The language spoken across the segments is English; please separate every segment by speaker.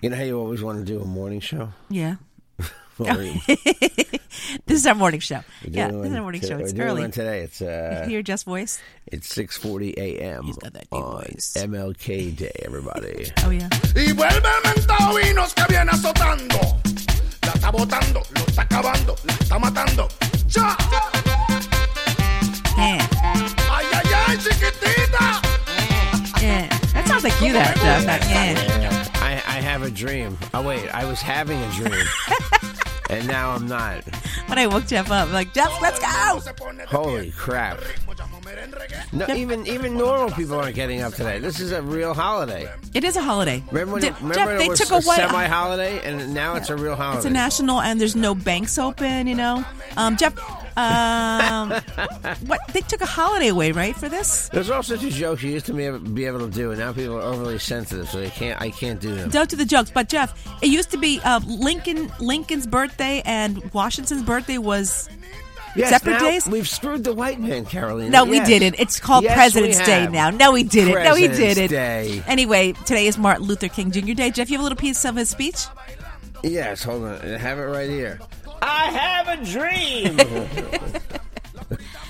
Speaker 1: You know how you always want to do a morning show?
Speaker 2: Yeah.
Speaker 1: Well, we-
Speaker 2: This is our morning show.
Speaker 1: we're
Speaker 2: yeah,
Speaker 1: doing
Speaker 2: this is our
Speaker 1: one
Speaker 2: morning
Speaker 1: to-
Speaker 2: show. It's
Speaker 1: we're doing
Speaker 2: early.
Speaker 1: one today. It's uh,
Speaker 2: Hear Jeff's voice?
Speaker 1: it's six forty a.m.
Speaker 2: He's got that deep
Speaker 1: on
Speaker 2: voice.
Speaker 1: MLK Day. Everybody,
Speaker 2: Oh, yeah.
Speaker 3: Y vuelve el mentado vinos que viene azotando. La está botando, lo está acabando, la está matando. ¡Ya!
Speaker 2: Yeah.
Speaker 3: ¡Ay, ay, ay, chiquitita!
Speaker 2: Yeah. That sounds like you, that, Jeff. That, yeah.
Speaker 1: I, I have a dream. Oh wait, I was having a dream, and now I'm not.
Speaker 2: When I woke Jeff up, I'm like, Jeff, let's go.
Speaker 3: Se pone de
Speaker 1: Holy
Speaker 3: pie.
Speaker 1: crap!
Speaker 3: Ritmo, llamo merengue, reggae.
Speaker 1: No, even even normal people aren't getting up today. This is a real holiday.
Speaker 2: It is a holiday.
Speaker 1: Remember when,
Speaker 2: Di-
Speaker 1: it- remember
Speaker 2: Jeff,
Speaker 1: when
Speaker 2: they
Speaker 1: it was
Speaker 2: took
Speaker 1: a
Speaker 2: away.
Speaker 1: semi-holiday, and now it's a real holiday.
Speaker 2: it's a national, and there's no banks open, you know? Um, Jeff, um, what? They took a holiday away, right, for this?
Speaker 1: There's all sorts of jokes you used to be- be able to do, and now people are overly sensitive, so they can't. I can't do them.
Speaker 2: Don't do the jokes. But, Jeff, it used to be uh, Lincoln Lincoln's birthday and Washington's birthday was
Speaker 1: Yes,
Speaker 2: separate
Speaker 1: now
Speaker 2: days?
Speaker 1: We've screwed the white man, Carolina.
Speaker 2: No, we
Speaker 1: Yes.
Speaker 2: didn't. It's called
Speaker 1: Yes, we
Speaker 2: President's Day
Speaker 1: have.
Speaker 2: now. No, we didn't. no, he
Speaker 1: President's
Speaker 2: didn't.
Speaker 1: Day.
Speaker 2: Anyway, today is Martin Luther King Jr. Day. Jeff, you have a little piece of his speech?
Speaker 1: Yes, hold on. I have it right here. I have a dream.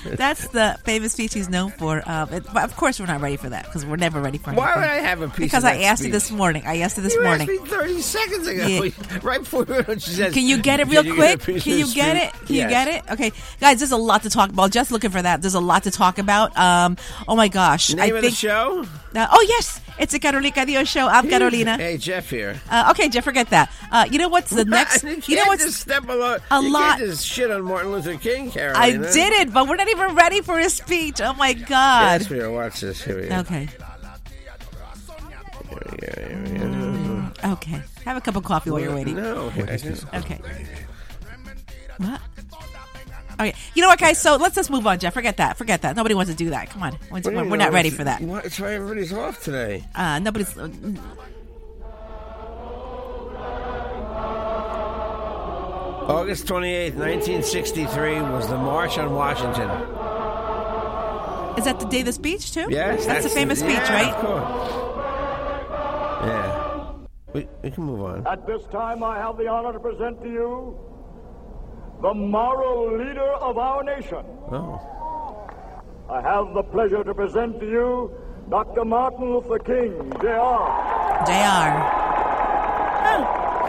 Speaker 2: That's the famous speech he's known for. Um, it- but of course, we're not ready for that because we're never ready for.
Speaker 1: Why
Speaker 2: anything.
Speaker 1: would I have a piece?
Speaker 2: Because
Speaker 1: of
Speaker 2: I
Speaker 1: that
Speaker 2: asked you
Speaker 1: speech?
Speaker 2: this morning. I asked you this
Speaker 1: You
Speaker 2: morning.
Speaker 1: asked me 30 seconds ago,
Speaker 2: Yeah.
Speaker 1: right before we went on, she says,
Speaker 2: Can you get it
Speaker 1: "Did
Speaker 2: real
Speaker 1: you get a
Speaker 2: quick?
Speaker 1: piece
Speaker 2: Can
Speaker 1: of
Speaker 2: you get
Speaker 1: speech?"
Speaker 2: it? Can
Speaker 1: Yes.
Speaker 2: you get it? Okay, guys, there's a lot to talk about. Just looking for that. There's a lot to talk about. Um, oh my gosh,
Speaker 1: Name
Speaker 2: I
Speaker 1: of
Speaker 2: think.
Speaker 1: the show?
Speaker 2: Uh, oh yes, it's a Carolina Dios show. I'm Carolina.
Speaker 1: Hey, Jeff here.
Speaker 2: Uh, okay, Jeff, forget that. Uh, you know what's the next?
Speaker 1: you,
Speaker 2: know
Speaker 1: can't
Speaker 2: what's
Speaker 1: just step along. you
Speaker 2: a
Speaker 1: can't
Speaker 2: lot-
Speaker 1: just shit on Martin Luther King, Carolina.
Speaker 2: I did it, but we're not even ready for his speech. Oh my god.
Speaker 1: Yes, we are. Watch this. Here we go.
Speaker 2: Okay.
Speaker 1: Here we go, here we go.
Speaker 2: Okay. Have a cup of coffee while you're waiting.
Speaker 1: No, I just-
Speaker 2: Okay. What? Okay. You know what, guys? So let's just move on, Jeff. Forget that. Forget that. Nobody wants to do that. Come on. We're,
Speaker 1: What do you
Speaker 2: we're
Speaker 1: know?
Speaker 2: not ready for that.
Speaker 1: What? That's why everybody's off today.
Speaker 2: Uh, nobody's. uh,
Speaker 1: August 28th, 1963 was the March on Washington.
Speaker 2: Is that the day of the speech, too?
Speaker 1: Yes,
Speaker 2: That's, the famous speech,
Speaker 1: yeah, Of
Speaker 2: right?
Speaker 1: course. Yeah. We, we can move on.
Speaker 4: At this time, I have the honor to present to you the moral leader of our nation.
Speaker 1: Oh.
Speaker 4: I have the pleasure to present to you Dr. Martin Luther King, Jr.
Speaker 2: JR.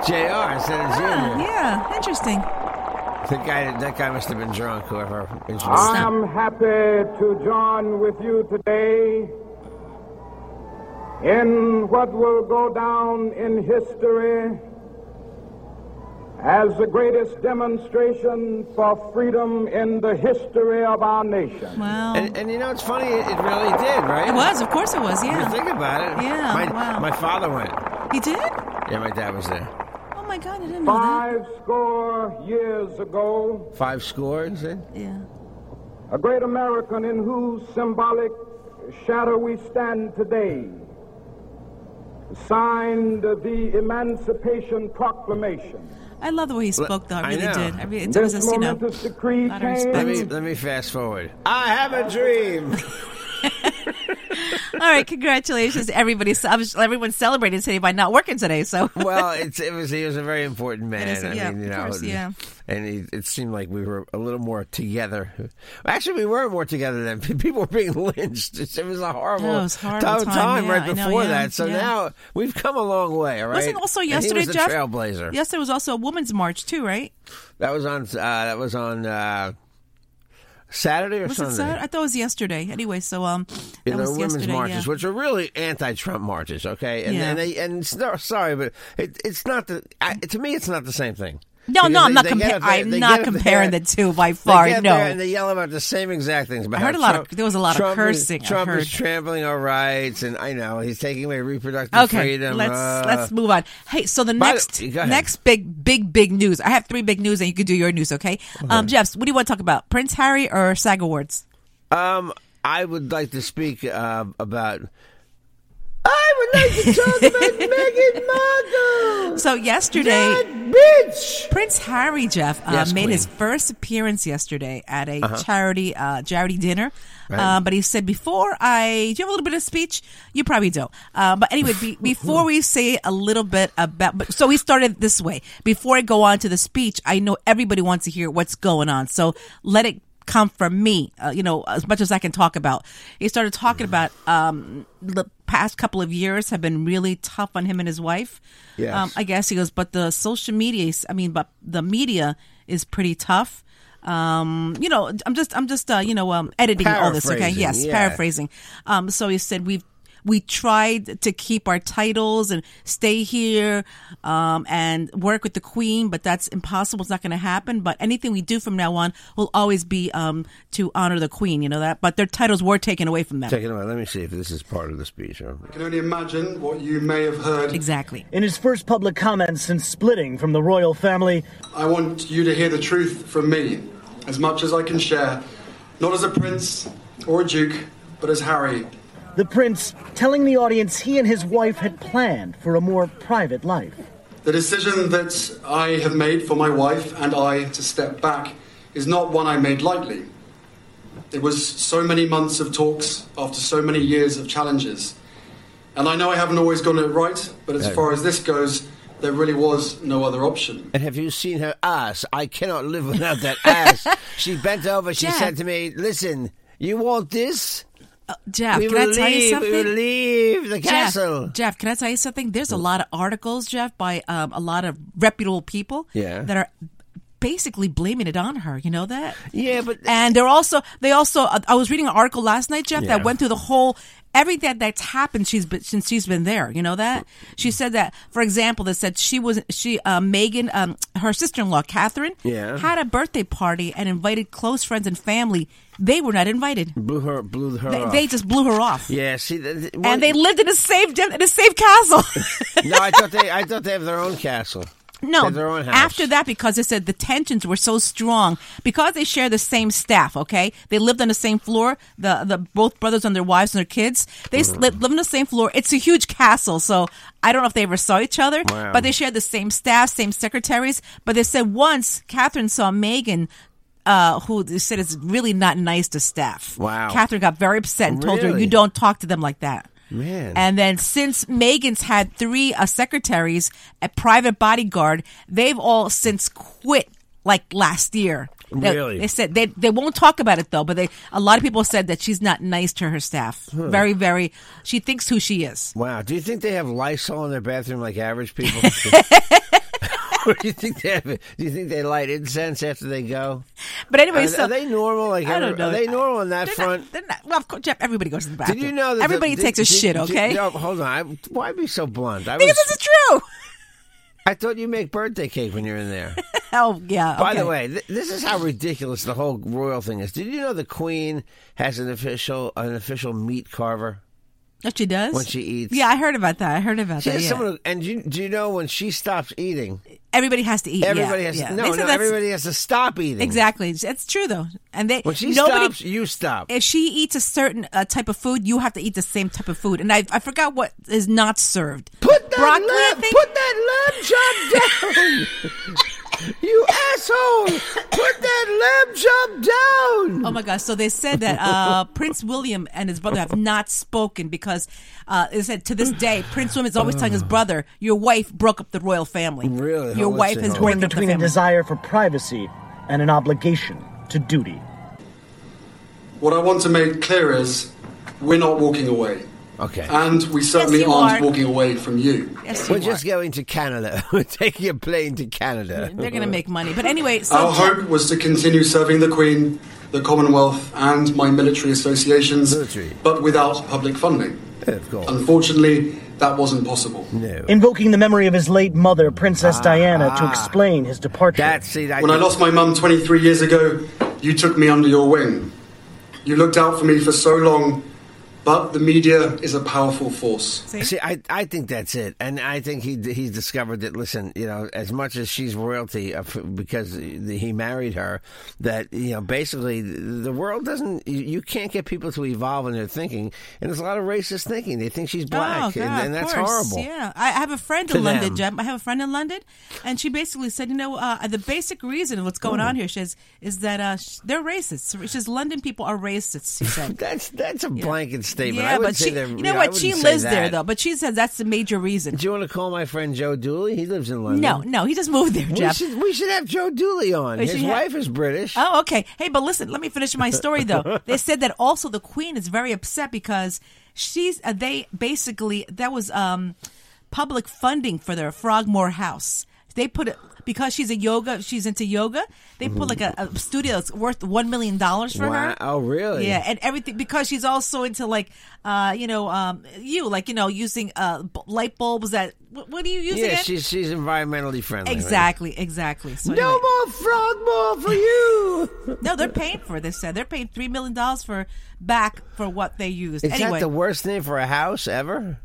Speaker 1: JR instead of
Speaker 2: Huh,
Speaker 1: Junior.
Speaker 2: Oh, yeah. Interesting.
Speaker 1: That guy, that guy must have been drunk, whoever introduced
Speaker 2: Oh.
Speaker 4: I
Speaker 1: him.
Speaker 4: am happy to join with you today in what will go down in history as the greatest demonstration for freedom in the history of our nation.
Speaker 2: Wow.
Speaker 1: And, and you know, it's funny, it, it really did, right?
Speaker 2: it was. Of course it was.
Speaker 1: If you
Speaker 2: Yeah.
Speaker 1: think about it.
Speaker 2: Yeah,
Speaker 1: My,
Speaker 2: wow.
Speaker 1: my father went.
Speaker 2: He did?
Speaker 1: Yeah, my dad was there.
Speaker 2: Oh my God. I didn't know that.
Speaker 4: Five score years ago,
Speaker 1: Five scores. eh? And,
Speaker 2: Yeah.
Speaker 4: A great American in whose symbolic shadow we stand today signed the Emancipation Proclamation.
Speaker 2: I love the way he spoke, though. I
Speaker 1: I
Speaker 2: really
Speaker 1: know.
Speaker 2: did. I mean, it's always a,
Speaker 4: this
Speaker 2: you know,
Speaker 4: momentous decree
Speaker 2: lot of
Speaker 4: came
Speaker 2: respect.
Speaker 1: let me let me fast forward. I have a dream.
Speaker 2: All right, congratulations, everybody. So- I'm- Everyone's celebrating today by not working today. So,
Speaker 1: well, it's, it was he was a very important man.
Speaker 2: is,
Speaker 1: I
Speaker 2: yeah,
Speaker 1: mean, you
Speaker 2: of
Speaker 1: know,
Speaker 2: course,
Speaker 1: and,
Speaker 2: yeah.
Speaker 1: and he, it seemed like we were a little more together. Actually, we were more together then. People were being lynched. It was a horrible,
Speaker 2: Oh, it was a horrible
Speaker 1: tough
Speaker 2: time, yeah,
Speaker 1: right
Speaker 2: I know,
Speaker 1: before
Speaker 2: yeah,
Speaker 1: that. So
Speaker 2: yeah.
Speaker 1: now we've come a long way. All right.
Speaker 2: wasn't also
Speaker 1: And
Speaker 2: yesterday,
Speaker 1: he was a
Speaker 2: Jeff?
Speaker 1: trailblazer.
Speaker 2: Yesterday was also a women's march too, right?
Speaker 1: That was on. Uh, that was on. Uh, Saturday or
Speaker 2: Was
Speaker 1: Sunday?
Speaker 2: it Saturday? I thought it was yesterday. Anyway, so um, that
Speaker 1: you know,
Speaker 2: was
Speaker 1: women's
Speaker 2: yesterday.
Speaker 1: marches,
Speaker 2: yeah.
Speaker 1: which are really anti-Trump marches. Okay, and
Speaker 2: Yeah.
Speaker 1: and, they, and it's not, sorry, but it, it's not the. I, to me, it's not the same thing.
Speaker 2: No,
Speaker 1: Because
Speaker 2: no, I'm
Speaker 1: they-
Speaker 2: not
Speaker 1: they
Speaker 2: compar-
Speaker 1: get up there-
Speaker 2: I'm
Speaker 1: they
Speaker 2: not
Speaker 1: get up
Speaker 2: comparing
Speaker 1: there-
Speaker 2: the two by
Speaker 1: they
Speaker 2: far,
Speaker 1: get up
Speaker 2: no.
Speaker 1: there and they yell about the same exact things. About
Speaker 2: I heard
Speaker 1: how
Speaker 2: a lot of-
Speaker 1: Trump,
Speaker 2: there was a lot of
Speaker 1: Trump is-
Speaker 2: cursing, I
Speaker 1: Trump
Speaker 2: heard.
Speaker 1: is trampling our rights, and I know he's taking away reproductive
Speaker 2: Okay,
Speaker 1: freedom.
Speaker 2: let's
Speaker 1: uh,
Speaker 2: let's move on. Hey, so the
Speaker 1: By the-
Speaker 2: next
Speaker 1: go ahead.
Speaker 2: next big big big news. I have three big news, and you can do your news. Okay, um, Jeffs, what do you want to talk about? Prince Harry or SAG Awards?
Speaker 1: Um, I would like to speak uh, about. I would like to talk about Meghan Markle.
Speaker 2: So yesterday,
Speaker 1: That bitch.
Speaker 2: Prince Harry Jeff uh,
Speaker 1: Yes,
Speaker 2: made his
Speaker 1: Queen. Uh-huh.
Speaker 2: first appearance yesterday at a charity uh, charity dinner.
Speaker 1: Right.
Speaker 2: Uh, but he said before I do you have a little bit of speech? You probably don't. Uh, but anyway, be, before we say a little bit about, but, so we started this way. Before I go on to the speech, I know everybody wants to hear what's going on, so let it come from me. Uh, you know, as much as I can talk about. He started talking about
Speaker 1: Mm-hmm.
Speaker 2: um, the past couple of years have been really tough on him and his wife.
Speaker 1: Yes.
Speaker 2: Um, I guess he goes, but the social media, I mean, but the media is pretty tough. Um, you know, I'm just, I'm just, uh, you know, um, editing all this. Okay,
Speaker 1: Paraphrasing,
Speaker 2: yes,
Speaker 1: yeah.
Speaker 2: paraphrasing. Um, so he said we've. We tried to keep our titles and stay here um, and work with the queen, but that's impossible. It's not going to happen. But anything we do from now on will always be um, to honor the queen, you know that? But their titles were taken away from them.
Speaker 1: Check it out. Let me see if this is part of the speech.
Speaker 5: can only imagine what you may have heard.
Speaker 2: Exactly.
Speaker 6: In his first public comments since splitting from the royal family,
Speaker 5: I want you to hear the truth from me, as much as I can share, not as a prince or a duke, but as Harry.
Speaker 6: the prince telling the audience he and his wife had planned for a more private life.
Speaker 5: The decision that I have made for my wife and I to step back is not one I made lightly. It was so many months of talks after so many years of challenges. And I know I haven't always gotten it right, but as far as this goes, there really was no other option.
Speaker 1: And have you seen her ass? I cannot live without that ass. she bent over. She
Speaker 2: Jack.
Speaker 1: said to me, "Listen, you want this?
Speaker 2: Jeff,
Speaker 1: we
Speaker 2: Uh, can
Speaker 1: will
Speaker 2: I tell
Speaker 1: leave.
Speaker 2: you something?
Speaker 1: We will leave the
Speaker 2: Jeff,
Speaker 1: castle." Mm.
Speaker 2: Jeff, can I tell you something? There's a lot of articles, Jeff, by um, a lot of reputable people
Speaker 1: Yeah.
Speaker 2: that are basically blaming it on her. You know that?
Speaker 1: Yeah, but
Speaker 2: And they're also they also uh, I was reading an article last night, Jeff,
Speaker 1: Yeah.
Speaker 2: that went through the whole everything that's happened she's been, since she's been there. You know that
Speaker 1: Mm.
Speaker 2: she said that, for example, that said she was she uh, Megan, um, her sister in law Catherine,
Speaker 1: Yeah.
Speaker 2: had a birthday party and invited close friends and family. They were not invited.
Speaker 1: blew her, blew her.
Speaker 2: They,
Speaker 1: off.
Speaker 2: they just blew her off.
Speaker 1: yeah. See, th- th- one-
Speaker 2: And they lived in a safe den- in a safe castle.
Speaker 1: no, I thought they, I thought they have their own castle. They
Speaker 2: No,
Speaker 1: have their own house.
Speaker 2: after that, because they said the tensions were so strong because they share the same staff. Okay, they lived on the same floor. The the both brothers and their wives and their kids. They s li- live on the same floor. It's a huge castle. So I don't know if they ever saw each other,
Speaker 1: Wow.
Speaker 2: but they shared the same staff, same secretaries. But they said once Catherine saw Megan. Uh, who they said is really not nice to staff.
Speaker 1: Wow.
Speaker 2: Catherine got very upset and told her,
Speaker 1: Really?
Speaker 2: "You don't talk to them like that."
Speaker 1: Man.
Speaker 2: And then since Megan's had three uh, secretaries, a private bodyguard, they've all since quit like last year. They-
Speaker 1: Really?
Speaker 2: They, said they they won't talk about it though, but they a lot of people said that she's not nice to her staff. Very, very she thinks who she is.
Speaker 1: Wow. Do you think they have Lysol in their bathroom like average people? or do you think they have, do you think they light incense after they go?
Speaker 2: But anyway,
Speaker 1: Are,
Speaker 2: so
Speaker 1: are they normal? Like
Speaker 2: I don't
Speaker 1: every-
Speaker 2: know.
Speaker 1: Are they normal on that
Speaker 2: They're not-
Speaker 1: front?
Speaker 2: they're not- well, of course, Jeff, everybody goes to the bathroom.
Speaker 1: Did you know that
Speaker 2: everybody
Speaker 1: the-
Speaker 2: takes a
Speaker 1: did-
Speaker 2: shit?
Speaker 1: did-
Speaker 2: Okay,
Speaker 1: no, hold on. I, why be so blunt? I
Speaker 2: because
Speaker 1: was,
Speaker 2: this is true.
Speaker 1: I thought you make birthday cake when you're in there.
Speaker 2: oh yeah.
Speaker 1: By the
Speaker 2: okay.
Speaker 1: way, th- this is how ridiculous the whole royal thing is. Did you know the Queen has an official an official meat carver?
Speaker 2: what she does
Speaker 1: when she eats-
Speaker 2: Yeah, I heard about that. I heard about
Speaker 1: She
Speaker 2: that.
Speaker 1: has
Speaker 2: yeah.
Speaker 1: someone who, and you, do you know when she stops eating,
Speaker 2: everybody has to eat. yeah,
Speaker 1: everybody has
Speaker 2: yeah.
Speaker 1: to,
Speaker 2: They
Speaker 1: no,
Speaker 2: said
Speaker 1: no
Speaker 2: that's-
Speaker 1: everybody has to stop eating.
Speaker 2: Exactly. That's true though. And they
Speaker 1: When she
Speaker 2: nobody
Speaker 1: stops, you stop.
Speaker 2: if she eats a certain uh, type of food, you have to eat the same type of food. And I I forgot what is not served.
Speaker 1: Put that
Speaker 2: broccoli, I
Speaker 1: lamb,
Speaker 2: think.
Speaker 1: put that lamb chop down. You asshole! Put that lamb chop down!
Speaker 2: Oh my gosh! So they said that uh, Prince William and his brother have not spoken because uh, they said to this day Prince William is always telling his brother, "Your wife broke up the royal family.
Speaker 1: Uh. Really?
Speaker 2: Your
Speaker 1: Let's
Speaker 2: wife
Speaker 1: see.
Speaker 2: has broken
Speaker 1: Torn Break
Speaker 6: Torn
Speaker 2: up the
Speaker 6: between a
Speaker 2: family."
Speaker 6: desire for privacy and an obligation to duty.
Speaker 5: What I want to make clear is we're not walking away.
Speaker 1: Okay.
Speaker 5: And we certainly
Speaker 2: you
Speaker 5: aren't
Speaker 2: are.
Speaker 5: walking away from you.
Speaker 2: Yes, you
Speaker 1: We're
Speaker 2: are.
Speaker 1: just going to Canada. We're taking a plane to Canada.
Speaker 2: They're gonna make money, but anyway. So
Speaker 5: Our hope was to continue serving the Queen, the Commonwealth, and my military associations,
Speaker 1: Military.
Speaker 5: but without public funding.
Speaker 1: Yeah, of course.
Speaker 5: Unfortunately, that wasn't possible.
Speaker 1: No.
Speaker 6: Invoking the memory of his late mother, Princess Diana, to explain his departure.
Speaker 1: That's see, that,
Speaker 5: When I lost my mum 23 years ago, you took me under your wing. You looked out for me for so long, but the media is a powerful force.
Speaker 1: See, I, I think that's it, and I think he he's discovered that. Listen, you know, as much as she's royalty uh, f- because he married her, that you know, basically the world doesn't. you- You can't get people to evolve in their thinking, and there's a lot of racist thinking. They think she's black,
Speaker 2: Oh, God,
Speaker 1: and, and
Speaker 2: of
Speaker 1: that's
Speaker 2: course.
Speaker 1: horrible.
Speaker 2: Yeah, I I have a friend
Speaker 1: To
Speaker 2: in London,
Speaker 1: them.
Speaker 2: Jem. I have a friend in London, and she basically said, you know, uh, the basic reason of what's going
Speaker 1: Hmm.
Speaker 2: on here, she says, is that uh, sh- they're racist. She says London people are racist. She said.
Speaker 1: That's that's a blanket statement. I
Speaker 2: yeah, but
Speaker 1: wouldn't say
Speaker 2: she,
Speaker 1: they're-
Speaker 2: you
Speaker 1: yeah,
Speaker 2: know
Speaker 1: I
Speaker 2: what?
Speaker 1: wouldn't
Speaker 2: She
Speaker 1: say
Speaker 2: lives there
Speaker 1: that.
Speaker 2: though, but she says that's the major reason.
Speaker 1: Do you want to call my friend Joe Dooley? He lives in London.
Speaker 2: No, no, he just moved there,
Speaker 1: We
Speaker 2: Jeff.
Speaker 1: should, we should have Joe Dooley on.
Speaker 2: We
Speaker 1: His
Speaker 2: should have-
Speaker 1: wife is British.
Speaker 2: Oh, okay. Hey, but listen, let me finish my story though. they said that also the queen is very upset because she's uh, they basically that was um public funding for their Frogmore house. They put it because she's a yoga, she's into yoga. They put like a, a studio that's worth one million dollars for
Speaker 1: Wow.
Speaker 2: her.
Speaker 1: Oh, really?
Speaker 2: Yeah, and everything because she's also into like, uh, you know, um, you like you know using uh b- light bulbs that what, what do you use
Speaker 1: Yeah,
Speaker 2: again?
Speaker 1: she's she's environmentally friendly. right?
Speaker 2: exactly, exactly. So
Speaker 1: No
Speaker 2: anyway.
Speaker 1: more Frogmore for you.
Speaker 2: No, they're paying for it. They said they're paying three million dollars for back for what they used.
Speaker 1: Is
Speaker 2: anyway,
Speaker 1: that the worst name for a house ever?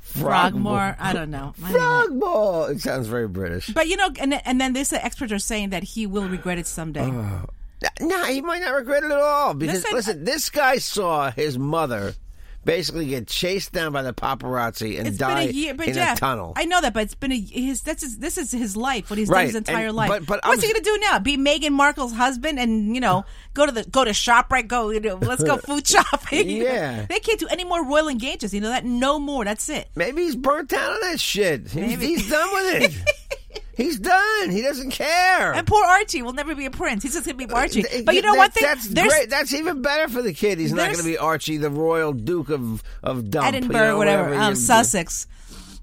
Speaker 2: Frogmore. I don't know. I don't know.
Speaker 1: Frogmore. It sounds very British.
Speaker 2: But you know, and and then this experts are saying that he will regret it someday.
Speaker 1: No, he might not regret it at all because listen,
Speaker 2: Listen,
Speaker 1: this guy saw his mother basically get chased down by the paparazzi and
Speaker 2: it's been
Speaker 1: die
Speaker 2: a year, but
Speaker 1: in
Speaker 2: Jeff,
Speaker 1: a tunnel.
Speaker 2: I know that, but it's been a his. That's his, this is his life. What he's
Speaker 1: Right,
Speaker 2: done his entire
Speaker 1: and-
Speaker 2: life.
Speaker 1: but- but
Speaker 2: what's
Speaker 1: I'm-
Speaker 2: he going to do now? Be Meghan Markle's husband, and you know, go to the go to Shoprite. Go, you know, let's go food shopping.
Speaker 1: Yeah.
Speaker 2: they can't do any more royal engagements. You know that no more. That's it.
Speaker 1: Maybe he's burnt out on that shit. He's,
Speaker 2: Maybe.
Speaker 1: he's done with it. he's done. He doesn't care.
Speaker 2: And poor Archie will never be a prince. He's just going to be Archie.
Speaker 1: Uh, Th-
Speaker 2: But you know
Speaker 1: that-
Speaker 2: one thing?
Speaker 1: That's
Speaker 2: There's-
Speaker 1: great. That's even better for the kid. He's not
Speaker 2: there's-
Speaker 1: going to be Archie, the royal duke of of dump, you
Speaker 2: Edinburgh,
Speaker 1: know,
Speaker 2: whatever,
Speaker 1: wherever
Speaker 2: um,
Speaker 1: you-
Speaker 2: Sussex.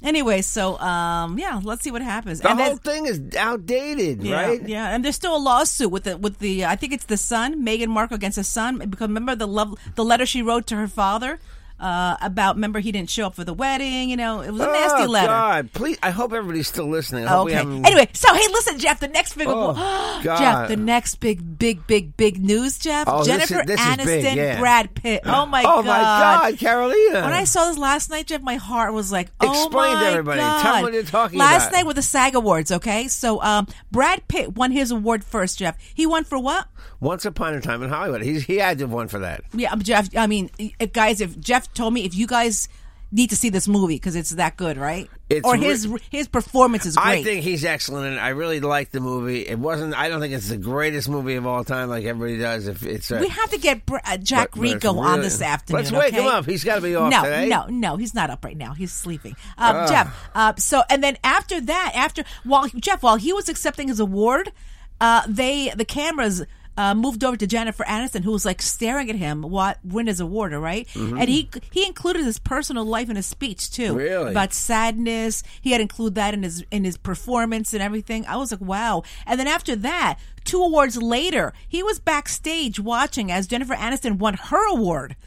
Speaker 2: Anyway, so um, yeah, let's see what happens.
Speaker 1: The whole
Speaker 2: there's-
Speaker 1: thing is outdated,
Speaker 2: yeah,
Speaker 1: right?
Speaker 2: Yeah, and there's still a lawsuit with the with the I think it's the son, Meghan Markle against the son because remember the love the letter she wrote to her father uh, about remember he didn't show up for the wedding. You know, it was a nasty
Speaker 1: oh,
Speaker 2: letter.
Speaker 1: God, please! I hope everybody's still listening. I hope we
Speaker 2: Okay.
Speaker 1: haven't-
Speaker 2: Anyway, so hey, listen, Jeff. The next big,
Speaker 1: Oh, God.
Speaker 2: Jeff. The next big, big, big, big news, Jeff.
Speaker 1: Oh, this is-
Speaker 2: Jennifer
Speaker 1: this is
Speaker 2: Aniston,
Speaker 1: big, yeah.
Speaker 2: Brad Pitt. Oh my
Speaker 1: oh
Speaker 2: God.
Speaker 1: my God, Carolina!
Speaker 2: When I saw this last night, Jeff, my heart was like, "Oh
Speaker 1: Explain to
Speaker 2: my
Speaker 1: everybody.
Speaker 2: God.
Speaker 1: Tell 'em what you're talking
Speaker 2: last
Speaker 1: about.
Speaker 2: night with the SAG Awards, okay? So, um, Brad Pitt won his award first, Jeff. He won for what?
Speaker 1: Once upon a time in Hollywood, he's he had to have won for that.
Speaker 2: Yeah, um, Jeff. I mean, if, guys, if Jeff told me if you guys need to see this movie because it's that good, right?
Speaker 1: It's
Speaker 2: or
Speaker 1: re-
Speaker 2: his his performance is great.
Speaker 1: I think he's excellent, and I really liked the movie. It wasn't. I don't think it's the greatest movie of all time, like everybody does. If it's a,
Speaker 2: we have to get Br- uh, Jack
Speaker 1: But- but it's
Speaker 2: Rico on
Speaker 1: really-
Speaker 2: this afternoon.
Speaker 1: Let's wake
Speaker 2: okay?
Speaker 1: him up. He's gotta be off
Speaker 2: No,
Speaker 1: today.
Speaker 2: no, no. He's not up right now. He's sleeping. Um, Jeff. Uh, so and then after that, after while Jeff, while he was accepting his award, uh, they the cameras. Uh, moved over to Jennifer Aniston, who was like staring at him, what win his award, all right? And he he included his personal life in his speech too,
Speaker 1: Really?
Speaker 2: about sadness. He had include that in his in his performance and everything. I was like, wow. And then after that, two awards later, he was backstage watching as Jennifer Aniston won her award.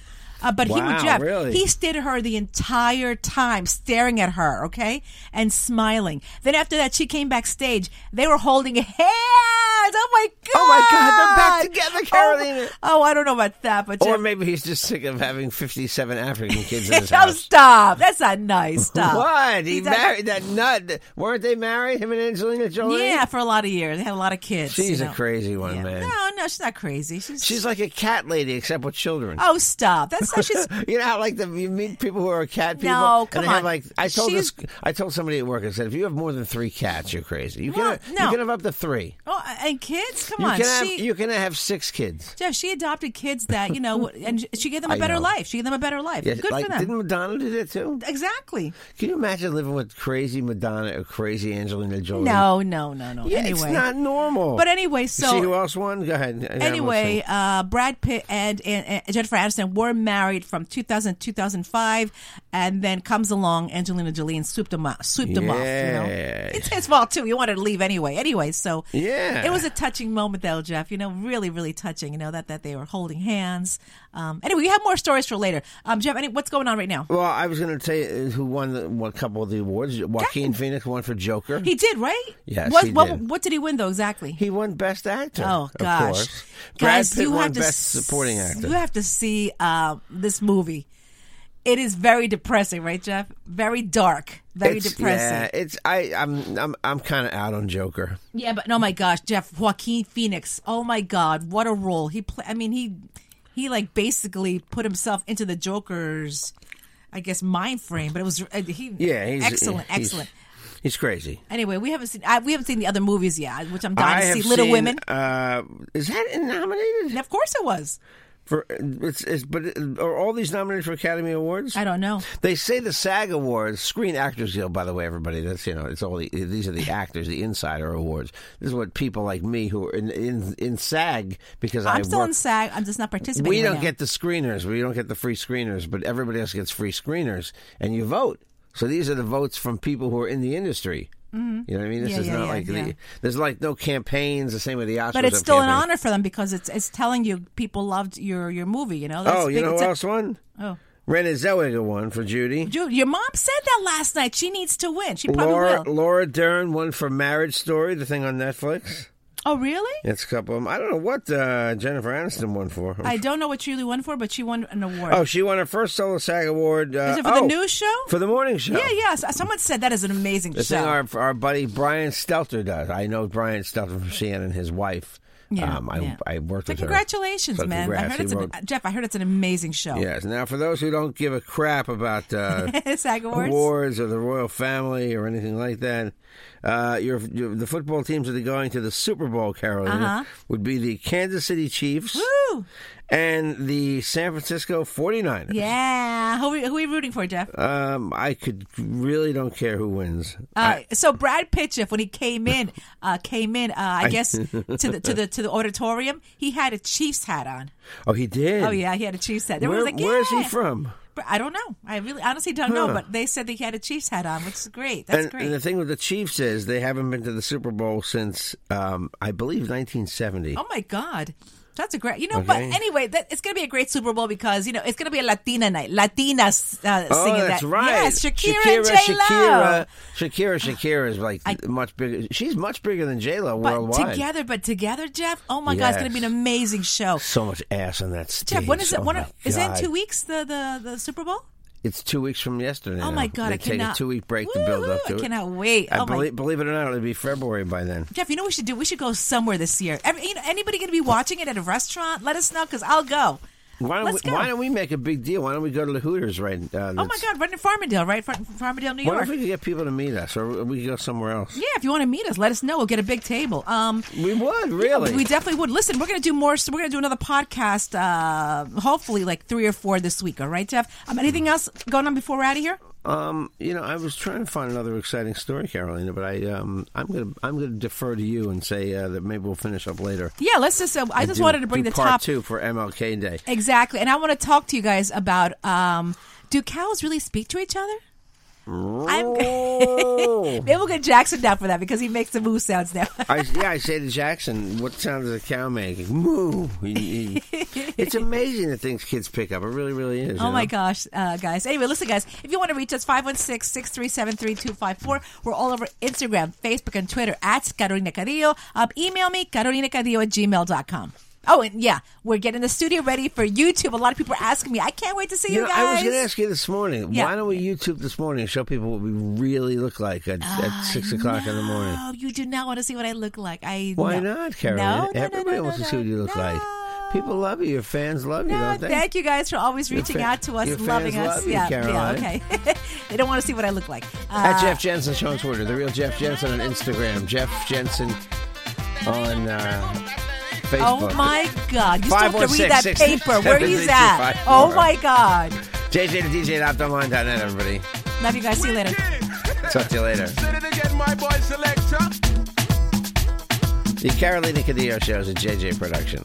Speaker 2: Uh, but he
Speaker 1: Wow,
Speaker 2: was Jeff.
Speaker 1: really?
Speaker 2: He stared at her the entire time, staring at her, okay, and smiling. Then after that, she came backstage. They were holding hands. Oh my god!
Speaker 1: Oh, my God, they're back together,
Speaker 2: Oh,
Speaker 1: Carolina.
Speaker 2: Oh, I don't know about that, but
Speaker 1: Or
Speaker 2: Jeff-
Speaker 1: maybe he's just sick of having 57 African kids in his
Speaker 2: oh,
Speaker 1: house.
Speaker 2: stop! That's not nice. Stop.
Speaker 1: What? He
Speaker 2: He's not-
Speaker 1: married that nut. Weren't they married, him and Angelina Jolie?
Speaker 2: Yeah, for a lot of years, they had a lot of kids.
Speaker 1: She's
Speaker 2: you
Speaker 1: a
Speaker 2: know.
Speaker 1: crazy one,
Speaker 2: Yeah.
Speaker 1: man.
Speaker 2: No, no, she's not crazy. She's
Speaker 1: She's like a cat lady, except with children.
Speaker 2: oh, stop! That's not, she's
Speaker 1: You know how like the, you meet people who are cat people.
Speaker 2: No,
Speaker 1: and
Speaker 2: come
Speaker 1: they have,
Speaker 2: on.
Speaker 1: Like I told
Speaker 2: She's-
Speaker 1: this, I told somebody at work. I said, if you have more than three cats, you're crazy. You can
Speaker 2: Well,
Speaker 1: have,
Speaker 2: no.
Speaker 1: you can have up to three.
Speaker 2: oh, and kids. Come
Speaker 1: you
Speaker 2: on,
Speaker 1: can have
Speaker 2: she.
Speaker 1: you can have six kids.
Speaker 2: Jeff, she adopted kids that you know, and she gave them a
Speaker 1: I
Speaker 2: better
Speaker 1: know.
Speaker 2: life. She gave them a better life.
Speaker 1: Yeah,
Speaker 2: Good
Speaker 1: like
Speaker 2: for them.
Speaker 1: didn't Madonna do that too?
Speaker 2: Exactly.
Speaker 1: Can you imagine living with crazy Madonna or crazy Angelina Jolie?
Speaker 2: No, no, no, no.
Speaker 1: yeah,
Speaker 2: anyway,
Speaker 1: it's not normal.
Speaker 2: But anyway, so-
Speaker 1: see who else won? Go ahead. I- I
Speaker 2: anyway,
Speaker 1: almost
Speaker 2: uh, Brad Pitt and, and, and Jennifer Aniston were married from 2000 2005, and then comes along Angelina Jolie and swooped them off. Swooped them off. You know?
Speaker 1: Yeah.
Speaker 2: It's his fault too. He wanted to leave anyway. Anyway, so
Speaker 1: Yeah.
Speaker 2: it was a touching moment though, Jeff. You know, really, really touching. You know that that they were holding hands. Um, anyway, we have more stories for later. Um, Jeff, any, what's going on right now?
Speaker 1: think. well, I was going to tell you uh, who won the, what couple of the awards. Joaquin Phoenix won for Joker.
Speaker 2: He did right.
Speaker 1: Yes,
Speaker 2: What
Speaker 1: he
Speaker 2: what,
Speaker 1: did.
Speaker 2: what did he win though exactly?
Speaker 1: He won Best Actor.
Speaker 2: Oh
Speaker 1: of
Speaker 2: gosh,
Speaker 1: course.
Speaker 2: guys,
Speaker 1: Brad Pitt
Speaker 2: you
Speaker 1: won
Speaker 2: have to
Speaker 1: Best Supporting
Speaker 2: s-
Speaker 1: Actor.
Speaker 2: You have to see uh, this movie. It is very depressing, right, Jeff? Very dark, very
Speaker 1: It's-
Speaker 2: depressing.
Speaker 1: Yeah, it's I. I'm I'm I'm kind of out on Joker.
Speaker 2: Yeah. but oh my gosh, Jeff Joaquin Phoenix. Oh my God, what a role he play. I mean, he he like basically put himself into the Joker's, I guess, mind frame. But it was uh, he.
Speaker 1: Yeah, he's
Speaker 2: excellent,
Speaker 1: he's-
Speaker 2: excellent.
Speaker 1: He's crazy.
Speaker 2: Anyway, we haven't seen I, we haven't seen the other movies yet, which I'm dying
Speaker 1: I
Speaker 2: to see.
Speaker 1: have
Speaker 2: Little
Speaker 1: seen,
Speaker 2: Women.
Speaker 1: Uh, is that
Speaker 2: And
Speaker 1: nominated
Speaker 2: of course, it was.
Speaker 1: for? It's, it's, but uh, are all these nominated for Academy Awards?
Speaker 2: I don't know.
Speaker 1: They say the SAG Awards, Screen Actors Guild, by the way, everybody. That's you know, it's all the, these are the actors, the insider awards. This is what people like me who are in in, in SAG because I
Speaker 2: I'm still
Speaker 1: work
Speaker 2: in SAG. I'm just not participating.
Speaker 1: We
Speaker 2: right
Speaker 1: don't
Speaker 2: now.
Speaker 1: get the screeners. We don't get the free screeners, but everybody else gets free screeners, and you vote. So these are the votes from people who are in the industry. You know what I mean?
Speaker 2: Mm-hmm.
Speaker 1: This
Speaker 2: Yeah,
Speaker 1: is
Speaker 2: yeah,
Speaker 1: not
Speaker 2: yeah,
Speaker 1: like
Speaker 2: yeah.
Speaker 1: the, there's like no campaigns. The same with the Oscars.
Speaker 2: But it's
Speaker 1: have
Speaker 2: still an
Speaker 1: campaigns.
Speaker 2: honor for them because it's it's telling you people loved your your movie. You know.
Speaker 1: Oh, you
Speaker 2: big-
Speaker 1: know
Speaker 2: it's
Speaker 1: who
Speaker 2: a-
Speaker 1: else won?
Speaker 2: oh.
Speaker 1: Renée Zellweger won for Judy.
Speaker 2: Dude, your mom said that last night. She needs to win. She probably
Speaker 1: Laura
Speaker 2: will.
Speaker 1: Laura Dern won for Marriage Story, the thing on Netflix.
Speaker 2: Oh, really?
Speaker 1: It's a couple of them. I don't know what uh, Jennifer Aniston won for.
Speaker 2: I don't know what she really won for, but she won an award.
Speaker 1: oh, she won her first solo SAG award. Uh,
Speaker 2: Is it for
Speaker 1: oh,
Speaker 2: the news show?
Speaker 1: For the morning show.
Speaker 2: yeah, yeah. So- Someone said that is an amazing
Speaker 1: The
Speaker 2: show.
Speaker 1: thing our our buddy Brian Stelter does. I know Brian Stelter from CNN and his wife.
Speaker 2: yeah,
Speaker 1: um, I,
Speaker 2: yeah.
Speaker 1: I worked
Speaker 2: But
Speaker 1: with her.
Speaker 2: congratulations,
Speaker 1: So
Speaker 2: man!
Speaker 1: congrats.
Speaker 2: I heard
Speaker 1: He
Speaker 2: it's
Speaker 1: wrote-
Speaker 2: an, Jeff. I heard it's an amazing show.
Speaker 1: Yes. Now, for those who don't give a crap about uh,
Speaker 2: SAG Awards.
Speaker 1: awards or the royal family or anything like that, uh, your, your the football teams that are going to the Super Bowl, Carolina,
Speaker 2: Uh-huh.
Speaker 1: would be the Kansas City Chiefs
Speaker 2: Woo!
Speaker 1: and the San Francisco 49ers.
Speaker 2: Yeah. Who are, we- who are we rooting for, Jeff?
Speaker 1: Um, I could really don't care who wins.
Speaker 2: Uh, so Brad Pitt, Jeff, when he came in, uh, came in, uh, I guess to the to the to the auditorium, he had a Chiefs hat on.
Speaker 1: Oh, he did.
Speaker 2: Oh yeah, he had a Chiefs hat. Everyone
Speaker 1: Where,
Speaker 2: was like,
Speaker 1: where's he
Speaker 2: "Yeah."
Speaker 1: from?
Speaker 2: But I don't know. I really honestly don't know.
Speaker 1: Huh.
Speaker 2: But they said that he had a Chiefs hat on, which is great. That's
Speaker 1: and,
Speaker 2: great.
Speaker 1: and the thing with the Chiefs is they haven't been to the Super Bowl since um, I believe 1970.
Speaker 2: oh my God. That's a great, you know. But
Speaker 1: Okay.
Speaker 2: anyway, that, it's going to be a great Super Bowl because you know it's going to be a Latina night, Latinas uh,
Speaker 1: Oh,
Speaker 2: singing
Speaker 1: that's
Speaker 2: that.
Speaker 1: right.
Speaker 2: Yes, Shakira, and J Lo.
Speaker 1: Shakira, Shakira, Shakira is like much bigger. She's much bigger than J Lo
Speaker 2: But
Speaker 1: worldwide.
Speaker 2: together, but together, Jeff. Oh my God, it's going to be
Speaker 1: Yes.
Speaker 2: an amazing show.
Speaker 1: so much ass on that stage.
Speaker 2: Jeff, when is it?
Speaker 1: Oh
Speaker 2: when are,
Speaker 1: my
Speaker 2: is that
Speaker 1: God.
Speaker 2: in two weeks? The the, the Super Bowl?
Speaker 1: It's two weeks from yesterday.
Speaker 2: Oh
Speaker 1: now.
Speaker 2: my God,
Speaker 1: They
Speaker 2: I
Speaker 1: take
Speaker 2: cannot-
Speaker 1: a two week break to build up
Speaker 2: Woo-hoo,
Speaker 1: to
Speaker 2: I
Speaker 1: it.
Speaker 2: cannot wait.
Speaker 1: I
Speaker 2: Oh my-
Speaker 1: believe, believe it or not, it'll be February by then.
Speaker 2: Jeff, you know what we should do? We should go somewhere this year. Every, you know, anybody going to be watching it at a restaurant? Let us know because I'll go.
Speaker 1: Why don't,
Speaker 2: Let's
Speaker 1: we,
Speaker 2: go.
Speaker 1: why don't we make a big deal? Why don't we go to the Hooters right? Uh,
Speaker 2: Oh my God, right in Farmingdale, right? Far- Farmingdale, New
Speaker 1: Why don't
Speaker 2: York.
Speaker 1: we could get people to meet us, or we could go somewhere else?
Speaker 2: Yeah, if you want to meet us, let us know. We'll get a big table. Um,
Speaker 1: We would really.
Speaker 2: we definitely would. Listen, we're going to do more. So we're going to do another podcast. Uh, hopefully, like three or four this week. All right, Jeff. Um, anything else going on before we're out of here?
Speaker 1: Um, you know, I was trying to find another exciting story, Carolina, but I um, I'm gonna I'm gonna defer to you and say uh, that maybe we'll finish up later.
Speaker 2: Yeah, let's just. Uh, I,
Speaker 1: And
Speaker 2: just
Speaker 1: do-
Speaker 2: wanted to bring
Speaker 1: do
Speaker 2: the
Speaker 1: part
Speaker 2: top
Speaker 1: two for MLK Day.
Speaker 2: Exactly. And I want to talk to you guys about um, do cows really speak to each other? I'm maybe we'll get Jackson down for that because he makes the moo sounds now. Oh
Speaker 1: I, yeah, I say to Jackson, what sound does a cow make? Moo. He- he- it's amazing the things kids pick up. It really, really is. you
Speaker 2: Oh my
Speaker 1: know?
Speaker 2: gosh, uh, guys. Anyway, listen, guys, if you want to reach us, 516 637 3254. We're all over Instagram, Facebook, and Twitter at Carolina Cadillo. Um, email me, carolinacadillo at gmail.com. Oh, and yeah, we're getting the studio ready for YouTube. A lot of people are asking me. I can't wait to see you,
Speaker 1: You know,
Speaker 2: guys.
Speaker 1: I was going to ask you this morning.
Speaker 2: Yeah.
Speaker 1: Why don't we YouTube this morning and show people what we really look like at, at six o'clock in the morning?
Speaker 2: Ah, No, you do not want to see what I look like. I
Speaker 1: Why
Speaker 2: no.
Speaker 1: not,
Speaker 2: No,
Speaker 1: Carolina?
Speaker 2: no, no,
Speaker 1: Everybody
Speaker 2: no,
Speaker 1: wants
Speaker 2: no,
Speaker 1: to see what you look
Speaker 2: no.
Speaker 1: like. People love you. Your fans love you,
Speaker 2: No,
Speaker 1: don't they?
Speaker 2: thank you guys for always
Speaker 1: Your
Speaker 2: reaching
Speaker 1: fa-
Speaker 2: out to us,
Speaker 1: your
Speaker 2: loving
Speaker 1: fans
Speaker 2: us.
Speaker 1: love you,
Speaker 2: yeah, yeah,
Speaker 1: Caroline.
Speaker 2: okay. they don't want to see what I look like.
Speaker 1: At
Speaker 2: Uh,
Speaker 1: Jeff Jensen Show on Twitter. The real Jeff Jensen on Instagram. Jeff Jensen on uh, Facebook.
Speaker 2: Oh my God! You still have to
Speaker 1: 516,
Speaker 2: read that
Speaker 1: 637,
Speaker 2: paper. Where he's at?
Speaker 1: 3254.
Speaker 2: Oh my God!
Speaker 1: JJ to DJ at optonline.net, everybody.
Speaker 2: Love you guys. See you later.
Speaker 1: Talk to you later.
Speaker 3: Say it again, my boy selector.
Speaker 1: The Carolina Cadillo Show is a JJ production.